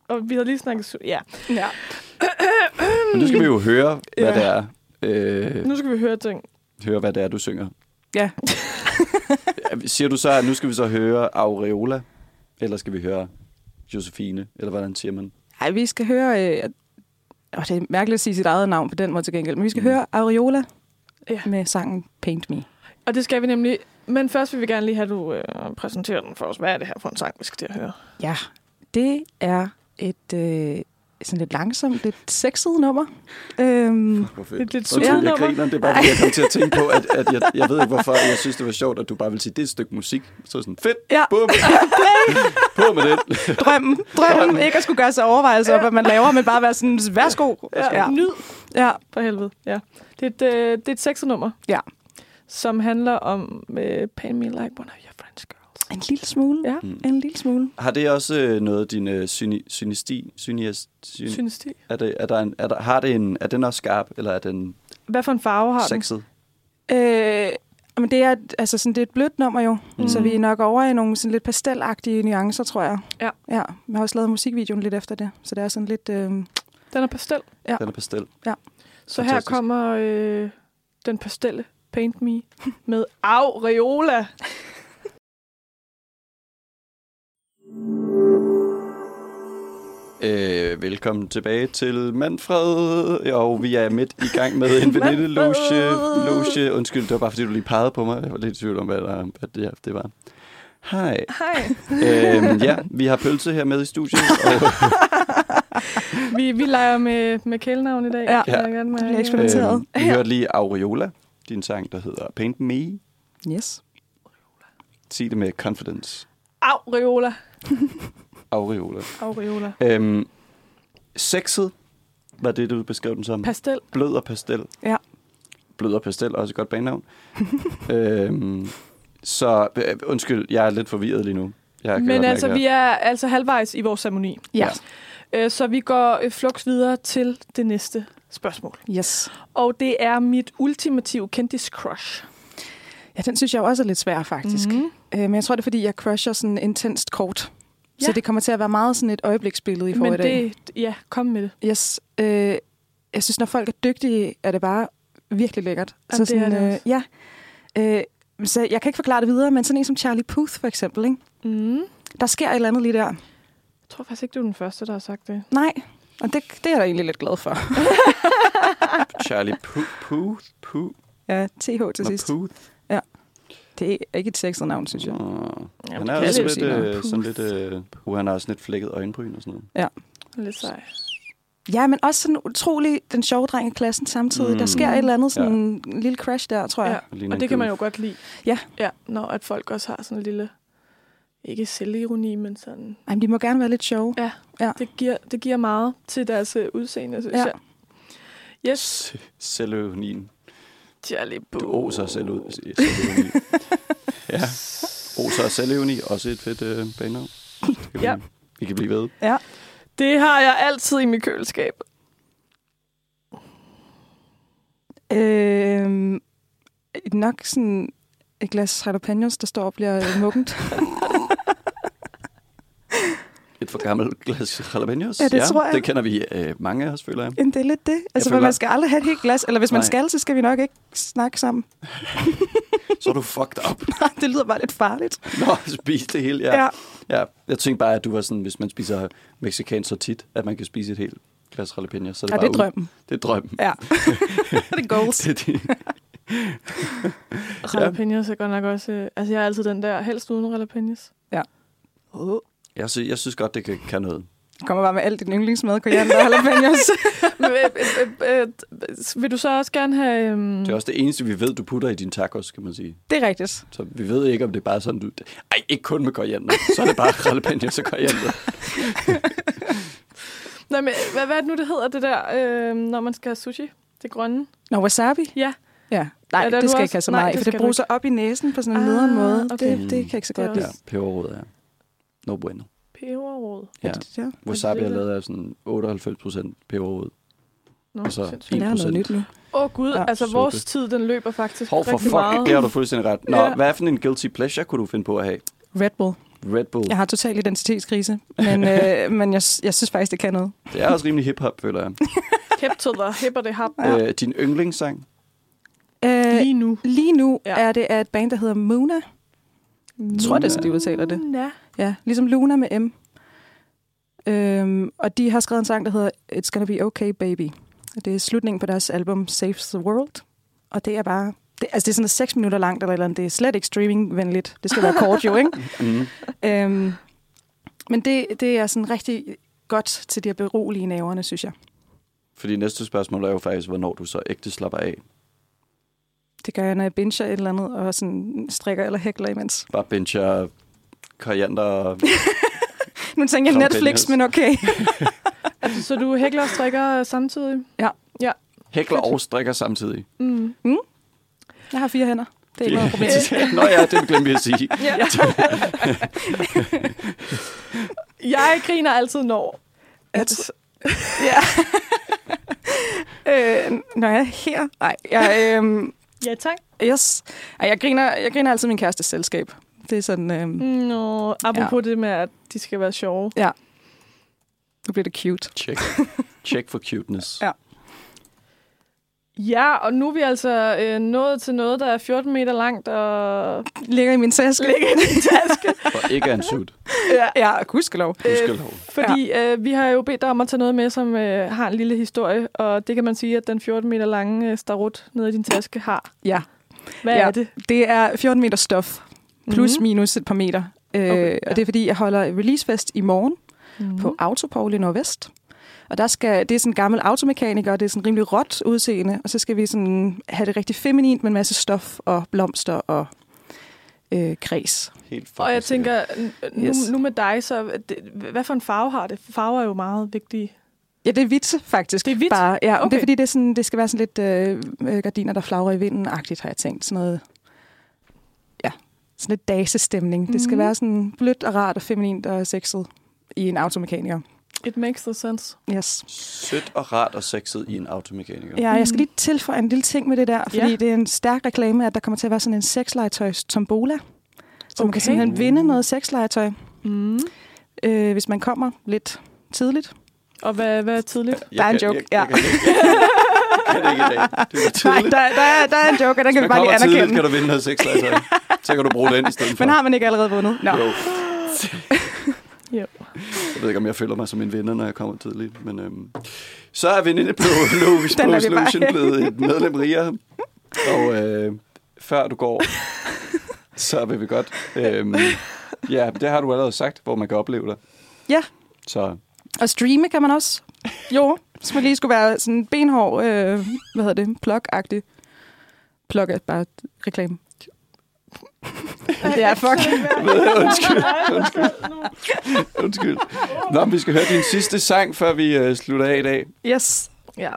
[SPEAKER 1] Og vi havde lige snakket... su- Ja,
[SPEAKER 2] Ja.
[SPEAKER 3] Men nu skal vi jo høre,
[SPEAKER 1] Ja.
[SPEAKER 3] hvad det er. Øh,
[SPEAKER 1] nu skal vi høre ting.
[SPEAKER 3] høre, hvad det er, du synger.
[SPEAKER 2] ja.
[SPEAKER 3] Siger du så, at nu skal vi så høre Aureola, eller skal vi høre Josefine, eller hvordan siger man?
[SPEAKER 2] Nej, vi skal høre... Øh, åh, det er mærkeligt at sige sit eget navn på den måde til gengæld, men vi skal mm. høre Aureola
[SPEAKER 1] Ja.
[SPEAKER 2] ja. med sangen Paint Me.
[SPEAKER 1] Og det skal vi nemlig. Men først vil vi gerne lige have, at du øh, præsenterer den for os. Hvad er det her for en sang, vi skal til at høre?
[SPEAKER 2] Ja, det er et øh, sådan lidt langsomt, lidt sexet nummer. Øhm,
[SPEAKER 3] Hvor fedt.
[SPEAKER 1] Det er et lidt
[SPEAKER 3] Undskyld,
[SPEAKER 1] surret
[SPEAKER 3] jeg
[SPEAKER 1] nummer.
[SPEAKER 3] Øh, griner, det er bare, fordi jeg kom til at tænke på, at, at jeg, jeg ved ikke hvorfor, jeg synes, det var sjovt, at du bare ville sige, det er et stykke musik. Så sådan, fedt,
[SPEAKER 2] Ja.
[SPEAKER 3] bum, på med det.
[SPEAKER 2] drømmen, drømmen, ikke at skulle gøre sig overvejelser om, hvad man laver, men bare være sådan, værsgo. Ja,
[SPEAKER 1] Nyd
[SPEAKER 2] ja.
[SPEAKER 1] for helvede. Ja. Det er et, øh, det er et sexenummer.
[SPEAKER 2] Ja.
[SPEAKER 1] Som handler om øh, Pain Me Like One of Your French Girls.
[SPEAKER 2] En lille smule.
[SPEAKER 1] Ja.
[SPEAKER 3] Mm.
[SPEAKER 2] En lille smule.
[SPEAKER 3] Har det også øh, noget, din øh, syni, synesti, syniest, syn, Syn.
[SPEAKER 1] Synes de?
[SPEAKER 3] er, det, er, der en, er, der, har det en, er den også skarp, eller er den
[SPEAKER 1] Hvad for en farve har den?
[SPEAKER 3] sexet?
[SPEAKER 2] Øh, men det er, et- altså sådan, det er et blødt nummer jo,
[SPEAKER 3] Mm.
[SPEAKER 2] mm. så vi er nok over i nogle sådan lidt pastelagtige nuancer, tror jeg.
[SPEAKER 1] Ja.
[SPEAKER 2] ja. Jeg har også lavet musikvideoen lidt efter det, så det er sådan lidt... Øh,
[SPEAKER 1] Den er pastel.
[SPEAKER 2] Ja.
[SPEAKER 3] Den er pastel.
[SPEAKER 1] Så
[SPEAKER 3] Fantastisk.
[SPEAKER 1] her kommer øh, den pastelle Paint Me med Aureola.
[SPEAKER 3] Øh, velkommen tilbage til Manfred, og vi er midt i gang med en veninde-loge.
[SPEAKER 1] Manfred!
[SPEAKER 3] Loge. Undskyld, det var bare, fordi du lige pegede på mig. Jeg var lidt i tvivl om, hvad, der, hvad det, det var. Hej.
[SPEAKER 1] Hej.
[SPEAKER 3] øhm, ja, vi har pølse her med i studiet. Og, øhm,
[SPEAKER 1] Vi, vi leger med, med kælenavn i dag.
[SPEAKER 2] Ja.
[SPEAKER 1] Jeg vil gerne med,
[SPEAKER 2] Det bliver
[SPEAKER 1] øh,
[SPEAKER 2] eksperimenteret. Noteret.
[SPEAKER 3] vi hørte lige Aureola, din sang, der hedder Paint Me.
[SPEAKER 2] yes.
[SPEAKER 3] Sig det med confidence.
[SPEAKER 1] Aureola.
[SPEAKER 3] Aureola.
[SPEAKER 1] Aureola.
[SPEAKER 3] Øhm, sexet var det, du beskrev den som.
[SPEAKER 1] Pastel.
[SPEAKER 3] Blød og pastel.
[SPEAKER 2] Ja.
[SPEAKER 3] Blød og pastel er også et godt banenavn. øhm, så øh, undskyld, jeg er lidt forvirret lige nu. Jeg
[SPEAKER 1] Men altså, vi er altså halvvejs i vores ceremoni.
[SPEAKER 2] Ja.
[SPEAKER 1] Øh, Så vi går øh, flux videre til det næste spørgsmål.
[SPEAKER 2] Yes.
[SPEAKER 1] Og det er mit ultimative kendis crush.
[SPEAKER 2] Ja, den synes jeg jo også er lidt svær, faktisk.
[SPEAKER 1] Mhm.
[SPEAKER 2] Mm-hmm. Øh, men jeg tror, det er, fordi jeg crusher sådan intenst kort. Ja.
[SPEAKER 1] Ja.
[SPEAKER 2] Så det kommer til at være meget sådan et øjebliksbillede, I får i
[SPEAKER 1] Men
[SPEAKER 2] dag.
[SPEAKER 1] det, ja, kom med det.
[SPEAKER 2] Yes. Øh, jeg synes, når folk er dygtige, er det bare virkelig lækkert.
[SPEAKER 1] Jamen, det er det
[SPEAKER 2] øh, ja. Øh, så jeg kan ikke forklare det videre, men sådan en som Charlie Puth for eksempel, ikke? Mhm.
[SPEAKER 1] Mm.
[SPEAKER 2] der sker et eller andet lige der.
[SPEAKER 1] Jeg tror faktisk ikke, du er den første, der har sagt det.
[SPEAKER 2] Nej, og det, det er jeg da egentlig lidt glad for.
[SPEAKER 3] Charlie Puth. Puth. Puth.
[SPEAKER 2] Ja, TH til
[SPEAKER 3] Nå,
[SPEAKER 2] sidst.
[SPEAKER 3] Puth.
[SPEAKER 2] Det er ikke et sexet navn, synes jeg.
[SPEAKER 3] Nå.
[SPEAKER 1] Jamen,
[SPEAKER 3] Han
[SPEAKER 1] det
[SPEAKER 3] er
[SPEAKER 1] kan vi
[SPEAKER 3] også
[SPEAKER 1] jo
[SPEAKER 3] lidt,
[SPEAKER 2] sige noget.
[SPEAKER 3] øh, sådan lidt... Øh, uh, han har også lidt flækket øjenbryn og sådan noget.
[SPEAKER 1] Lidt sej.
[SPEAKER 2] Ja, men også sådan utrolig den sjove dreng i klassen samtidig.
[SPEAKER 3] Mm.
[SPEAKER 2] Mm. Der sker et eller andet sådan en lille crash der, tror jeg.
[SPEAKER 1] Ja.
[SPEAKER 2] Ja.
[SPEAKER 3] ligner
[SPEAKER 1] Og
[SPEAKER 3] en
[SPEAKER 1] det kan man jo
[SPEAKER 3] goof.
[SPEAKER 1] godt lide.
[SPEAKER 2] Ja.
[SPEAKER 1] ja. Når at folk også har sådan en lille, ikke selvironi, men sådan,
[SPEAKER 2] Ej, men de må gerne være lidt sjove.
[SPEAKER 1] det giver, det giver meget til deres øh, udseende, synes
[SPEAKER 2] Ja.
[SPEAKER 1] jeg. Yes,
[SPEAKER 3] Se- Selvironien.
[SPEAKER 1] Charlie Boo.
[SPEAKER 3] Du oser selv ud. se- selvironi. ja. Oser og selvironi. Også et fedt øh, banenavn. Det kan vi-
[SPEAKER 1] Ja.
[SPEAKER 3] Vi kan blive ved.
[SPEAKER 1] Det har jeg altid i mit køleskab.
[SPEAKER 2] Øhm, nok sådan et glas jalapenos, der står og bliver øh, muggent.
[SPEAKER 3] Et for gammelt glas jalapenos.
[SPEAKER 2] Ja, det tror jeg.
[SPEAKER 3] Det kender vi øh, mange af os, føler jeg.
[SPEAKER 2] Jamen, det er lidt det. Altså,
[SPEAKER 3] føler-
[SPEAKER 2] føler... man skal aldrig have et helt glas. Eller hvis man
[SPEAKER 3] Nej.
[SPEAKER 2] skal, så skal vi nok ikke snakke sammen.
[SPEAKER 3] Så er du fucked up.
[SPEAKER 2] det lyder bare lidt farligt.
[SPEAKER 3] Nå, spis det hele. Ja. ja. ja. Jeg tænkte bare, at du var sådan, hvis man spiser mexikansk så tit, at man kan spise et helt glas jalapenos. Så er det,
[SPEAKER 2] ja det
[SPEAKER 3] bare
[SPEAKER 2] er
[SPEAKER 3] ud.
[SPEAKER 2] drømmen.
[SPEAKER 3] Det er drømmen.
[SPEAKER 2] Ja. det er goals.
[SPEAKER 3] Det er din-
[SPEAKER 1] Jalapenos er godt nok også... Øh, altså, jeg er altid den der, helst uden jalapenos.
[SPEAKER 3] jeg, synes, jeg synes godt, det kan, kan noget.
[SPEAKER 2] Kommer bare med alt din yndlingsmad, koriander og jalapenos.
[SPEAKER 1] Men, øh, øh, øh, øh, øh, vil du så også gerne have... øhm,
[SPEAKER 3] Det er også det eneste, vi ved, du putter i din tacos, kan man sige.
[SPEAKER 2] det er rigtigt.
[SPEAKER 3] Så vi ved ikke, om det er bare sådan, du... Ej, ikke kun med koriander. Så er det bare jalapenos og koriander.
[SPEAKER 1] Nej, men øh, hvad, hvad er det nu, det hedder, det der, øh, når man skal have sushi? Det grønne?
[SPEAKER 2] Nå, wasabi?
[SPEAKER 1] Ja,
[SPEAKER 2] Ja. Nej,
[SPEAKER 1] Ja,
[SPEAKER 2] ja,
[SPEAKER 1] der er
[SPEAKER 2] det,
[SPEAKER 1] du
[SPEAKER 2] skal jeg
[SPEAKER 1] også-
[SPEAKER 2] ikke have så
[SPEAKER 1] nej,
[SPEAKER 2] meget,
[SPEAKER 1] det
[SPEAKER 2] af, for
[SPEAKER 1] skal
[SPEAKER 2] det
[SPEAKER 1] du
[SPEAKER 2] bruser op i næsen på sådan en
[SPEAKER 1] Ah,
[SPEAKER 2] nederen måde.
[SPEAKER 1] okay.
[SPEAKER 2] Det, det kan jeg ikke så
[SPEAKER 1] Det er
[SPEAKER 2] godt lide.
[SPEAKER 3] Ja, peberrod er... No bueno.
[SPEAKER 1] peberrod.
[SPEAKER 3] Ja.
[SPEAKER 2] Ja.
[SPEAKER 3] Wasabi er
[SPEAKER 1] det-
[SPEAKER 3] lavet af sådan 98 procent peberrod.
[SPEAKER 1] Nå,
[SPEAKER 3] Og så
[SPEAKER 1] sindssygt.
[SPEAKER 2] Jeg
[SPEAKER 3] 1
[SPEAKER 2] lærer noget nyt nu.
[SPEAKER 1] Åh oh, gud, ja,
[SPEAKER 2] Ja,
[SPEAKER 1] altså
[SPEAKER 3] suppe.
[SPEAKER 1] vores tid, den løber faktisk
[SPEAKER 3] Hov for
[SPEAKER 1] rigtig meget.
[SPEAKER 3] fuck, det har du fuldstændig ret. Nå,
[SPEAKER 1] Ja.
[SPEAKER 3] hvad for en guilty pleasure kunne du finde på at have?
[SPEAKER 2] Red Bull.
[SPEAKER 1] Uh.
[SPEAKER 3] Red Bull.
[SPEAKER 2] Jeg har total identitetskrise, men, øh, men jeg, jeg synes faktisk, det kan noget.
[SPEAKER 3] Det er også rimelig hip-hop, føler jeg.
[SPEAKER 1] Hip to the hip og det hop.
[SPEAKER 3] Ja. Øh, din yndlingssang?
[SPEAKER 2] Øh,
[SPEAKER 1] Lige nu.
[SPEAKER 2] lige nu
[SPEAKER 1] Ja.
[SPEAKER 2] ja. er det af et band, der hedder Mona, Jeg tror, det er sådan, de udtaler det.
[SPEAKER 1] Ja.
[SPEAKER 2] Ja, ligesom Luna med M. Øhm, og de har skrevet en sang, der hedder It's Gonna Be Okay Baby. Og det er slutningen på deres album Saves the World. Og det er bare... Det, altså, det er sådan 6 minutter langt, eller, et eller andet. det er slet ikke streamingvenligt. Det skal være kort jo, ikke?
[SPEAKER 3] Mm.
[SPEAKER 2] Øhm, men det, det er sådan rigtig godt til de her berolige naverne, synes jeg.
[SPEAKER 3] Fordi næste spørgsmål er jo faktisk, hvornår du så ægte slapper af.
[SPEAKER 2] Det gør jeg, når jeg binger et eller andet, og sådan strikker eller hækler imens.
[SPEAKER 3] Bare bencher koriander og
[SPEAKER 2] Nu tænker jeg
[SPEAKER 3] Som
[SPEAKER 2] Netflix,
[SPEAKER 3] Phineas.
[SPEAKER 2] men okay.
[SPEAKER 1] Altså, Så du hækler og strikker øh, samtidig?
[SPEAKER 3] hækler og strikker samtidig.
[SPEAKER 1] Mm.
[SPEAKER 2] Jeg har fire hænder. Det er ikke noget problem.
[SPEAKER 3] Nå ja, det glemte jeg at sige.
[SPEAKER 2] Ja.
[SPEAKER 1] Jeg griner altid, når... At,
[SPEAKER 2] Altså, ja. øh, når jeg er her? Nej, jeg, øh,
[SPEAKER 1] ja, tak.
[SPEAKER 2] yes. Ej, jeg, griner, jeg griner altid i min kærestes selskab. Det er sådan, øh, nu
[SPEAKER 1] Nå, apropos ja. det med, at de skal være sjove.
[SPEAKER 2] bliver det cute.
[SPEAKER 3] Check. Check for cuteness.
[SPEAKER 2] Ja.
[SPEAKER 1] Ja, og nu er vi altså øh, nået til noget, der er 14 meter langt, og...
[SPEAKER 2] Ligger i min taske.
[SPEAKER 1] Ligger
[SPEAKER 2] i min taske.
[SPEAKER 3] Og ikke er en suit.
[SPEAKER 2] ja, ja gudskelov.
[SPEAKER 3] Gudskelov.
[SPEAKER 1] Fordi ja. øh, vi har jo bedt dig om at tage noget med, som øh, har en lille historie, og det kan man sige, at den 14 meter lange øh, starut nede i din taske har.
[SPEAKER 2] Ja.
[SPEAKER 1] Hvad
[SPEAKER 2] Ja.
[SPEAKER 1] er det?
[SPEAKER 2] Det er 14 meter stof, plus
[SPEAKER 1] Mhm.
[SPEAKER 2] mm-hmm. minus et par meter. Øh,
[SPEAKER 1] Okay,
[SPEAKER 2] okay,
[SPEAKER 1] ja.
[SPEAKER 2] ja. Og det er, fordi jeg holder releasefest i morgen.
[SPEAKER 1] Mm.
[SPEAKER 2] på Autopov i Nordvest. Og der skal, det er sådan en gammel automekaniker, og det er sådan rimelig råt udseende. Og så skal vi sådan have det rigtig feminint med en masse stof og blomster og øh, kreds.
[SPEAKER 3] Helt faktisk.
[SPEAKER 1] Og jeg tænker, n- nu,
[SPEAKER 2] Yes.
[SPEAKER 1] nu med dig, så øh, det, hvad for en farve har det? Farver er jo meget vigtige.
[SPEAKER 2] Ja, det er hvidt faktisk.
[SPEAKER 1] Det er hvidt?
[SPEAKER 2] Bare, ja, okay. Det
[SPEAKER 1] Okay.
[SPEAKER 2] er fordi, det, er sådan, det skal være sådan lidt øh, øh, gardiner, der flagrer i vinden-agtigt, har jeg tænkt. Sådan noget, ja, sådan lidt dasestemning. Mm-hmm. Det skal
[SPEAKER 1] Mhm.
[SPEAKER 2] være sådan blødt og rart og feminint og sexet i en automekaniker.
[SPEAKER 1] It makes the sense.
[SPEAKER 2] Yes.
[SPEAKER 3] Sødt og rart og sexet i en automekaniker.
[SPEAKER 2] Ja, jeg skal
[SPEAKER 1] Mm.
[SPEAKER 2] lige tilføje en lille ting med det der, fordi
[SPEAKER 1] Ja.
[SPEAKER 2] ja. det er en stærk reklame, at der kommer til at være sådan en sexlegetøjs tombola. Så okay. man
[SPEAKER 1] Okay.
[SPEAKER 2] kan simpelthen vinde noget sexlegetøj,
[SPEAKER 1] Mm.
[SPEAKER 2] øh, hvis man kommer lidt tidligt.
[SPEAKER 1] Og hvad, hvad er tidligt?
[SPEAKER 2] Der er en joke, ja.
[SPEAKER 3] Jeg, jeg, jeg, jeg, kan det ikke i dag. Det er
[SPEAKER 2] Nej,
[SPEAKER 3] tidligt.
[SPEAKER 2] der, der, er, der er en joke, og den kan vi
[SPEAKER 3] Hvis
[SPEAKER 2] bare
[SPEAKER 3] man
[SPEAKER 2] lige
[SPEAKER 3] kommer
[SPEAKER 2] anerkende.
[SPEAKER 3] tidligt, kan du vinde noget sexlegetøj. Så kan du bruge den i stedet for.
[SPEAKER 2] Men har man ikke allerede vundet? Nå.
[SPEAKER 3] Jo.
[SPEAKER 1] Jo.
[SPEAKER 3] Jeg ved ikke, om jeg føler mig som en vinder, når jeg kommer tidligt. Men, øhm, så er vindende på Logisk
[SPEAKER 2] Den
[SPEAKER 3] på
[SPEAKER 2] er vi bare-
[SPEAKER 3] Solution blevet et medlem rigere. Og øh, før du går, så vil vi godt... Øhm, ja, det har du allerede sagt, hvor man kan opleve dig.
[SPEAKER 2] Ja.
[SPEAKER 3] Så
[SPEAKER 2] Og streame kan man også. Jo, hvis man lige skulle være sådan benhård, øh, hvad hedder det, plug-agtig. Plug er bare reklame. ja, fuck.
[SPEAKER 3] undskyld, undskyld, undskyld. Nå, men vi skal høre din sidste sang, før vi øh, slutter af i dag.
[SPEAKER 2] Yes.
[SPEAKER 1] Ja.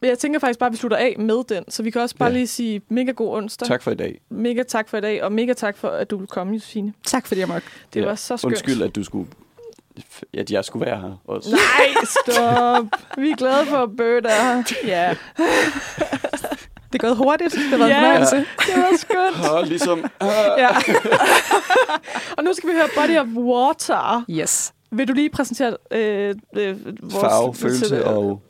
[SPEAKER 1] Men Jeg tænker faktisk bare, at vi slutter af med den, så vi kan også bare
[SPEAKER 3] Ja.
[SPEAKER 1] lige sige mega god onsdag.
[SPEAKER 3] Tak for i dag.
[SPEAKER 1] Mega tak for i dag, og mega tak for, at du ville komme, Josefine.
[SPEAKER 2] Tak fordi jeg måtte.
[SPEAKER 1] Det
[SPEAKER 3] Ja.
[SPEAKER 1] var så skønt.
[SPEAKER 3] Undskyld, at du skulle... At jeg skulle være her også.
[SPEAKER 1] Nej, stop. Vi er glade for bøtter. Ja,
[SPEAKER 2] Det er gået hurtigt. Det har været
[SPEAKER 1] Ja.
[SPEAKER 2] en fornøjelse.
[SPEAKER 1] det var skønt.
[SPEAKER 3] Og ligesom...
[SPEAKER 2] Ja.
[SPEAKER 1] Og nu skal vi høre Body of Water.
[SPEAKER 2] Yes.
[SPEAKER 1] Vil du lige præsentere øh, øh, vores...
[SPEAKER 3] Farve, følelse og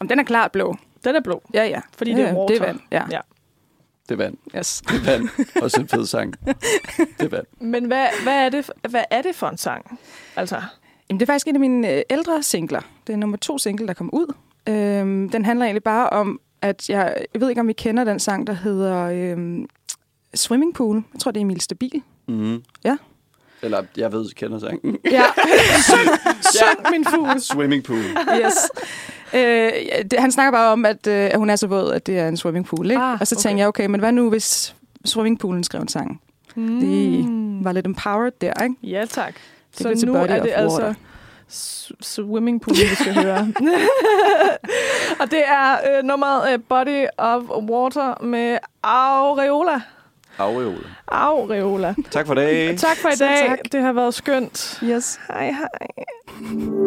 [SPEAKER 2] Om den er klart blå.
[SPEAKER 1] Den er blå.
[SPEAKER 2] Ja, ja.
[SPEAKER 1] Fordi
[SPEAKER 2] ja,
[SPEAKER 1] det er
[SPEAKER 2] ja,
[SPEAKER 1] water.
[SPEAKER 2] Det er vand, ja.
[SPEAKER 1] Ja.
[SPEAKER 3] det vand.
[SPEAKER 2] Yes.
[SPEAKER 3] Det vand. Også en fed sang. Det vand.
[SPEAKER 1] Men hvad, hvad, er det, hvad er det for en sang? Altså,
[SPEAKER 2] Jamen, det er faktisk en af mine øh, ældre singler. Det er nummer to single, der kom ud. Øhm, den handler egentlig bare om, at jeg, jeg ved ikke, om I kender den sang, der hedder øhm, Swimming Pool. Jeg tror, det er Emil Stabil.
[SPEAKER 3] Mm.
[SPEAKER 2] Ja.
[SPEAKER 3] Eller, jeg ved, kender sangen.
[SPEAKER 2] Ja,
[SPEAKER 1] syng min fugl.
[SPEAKER 3] Swimming pool.
[SPEAKER 2] yes. Øh, ja, det, han snakker bare om, at, øh, at hun er så våd, at det er en swimmingpool. Ikke?
[SPEAKER 1] Ah,
[SPEAKER 2] og så tænker
[SPEAKER 1] okay.
[SPEAKER 2] jeg, okay, men hvad nu, hvis swimmingpoolen skrev en sang?
[SPEAKER 1] Mm.
[SPEAKER 2] Var lidt empowered der, ikke?
[SPEAKER 1] Ja, tak.
[SPEAKER 2] Det blev til
[SPEAKER 1] nu
[SPEAKER 2] Body
[SPEAKER 1] er
[SPEAKER 2] of
[SPEAKER 1] det altså
[SPEAKER 2] Water.
[SPEAKER 1] s- swimming pool, vi skal høre. og det er øh, nummeret øh, Body of Water med Aureola.
[SPEAKER 3] Aureole.
[SPEAKER 1] Aureola.
[SPEAKER 3] Tak for i dag.
[SPEAKER 1] Tak for i
[SPEAKER 2] Selv
[SPEAKER 1] dag.
[SPEAKER 2] tak.
[SPEAKER 1] Det har været skønt.
[SPEAKER 2] Yes.
[SPEAKER 1] Hej, hej.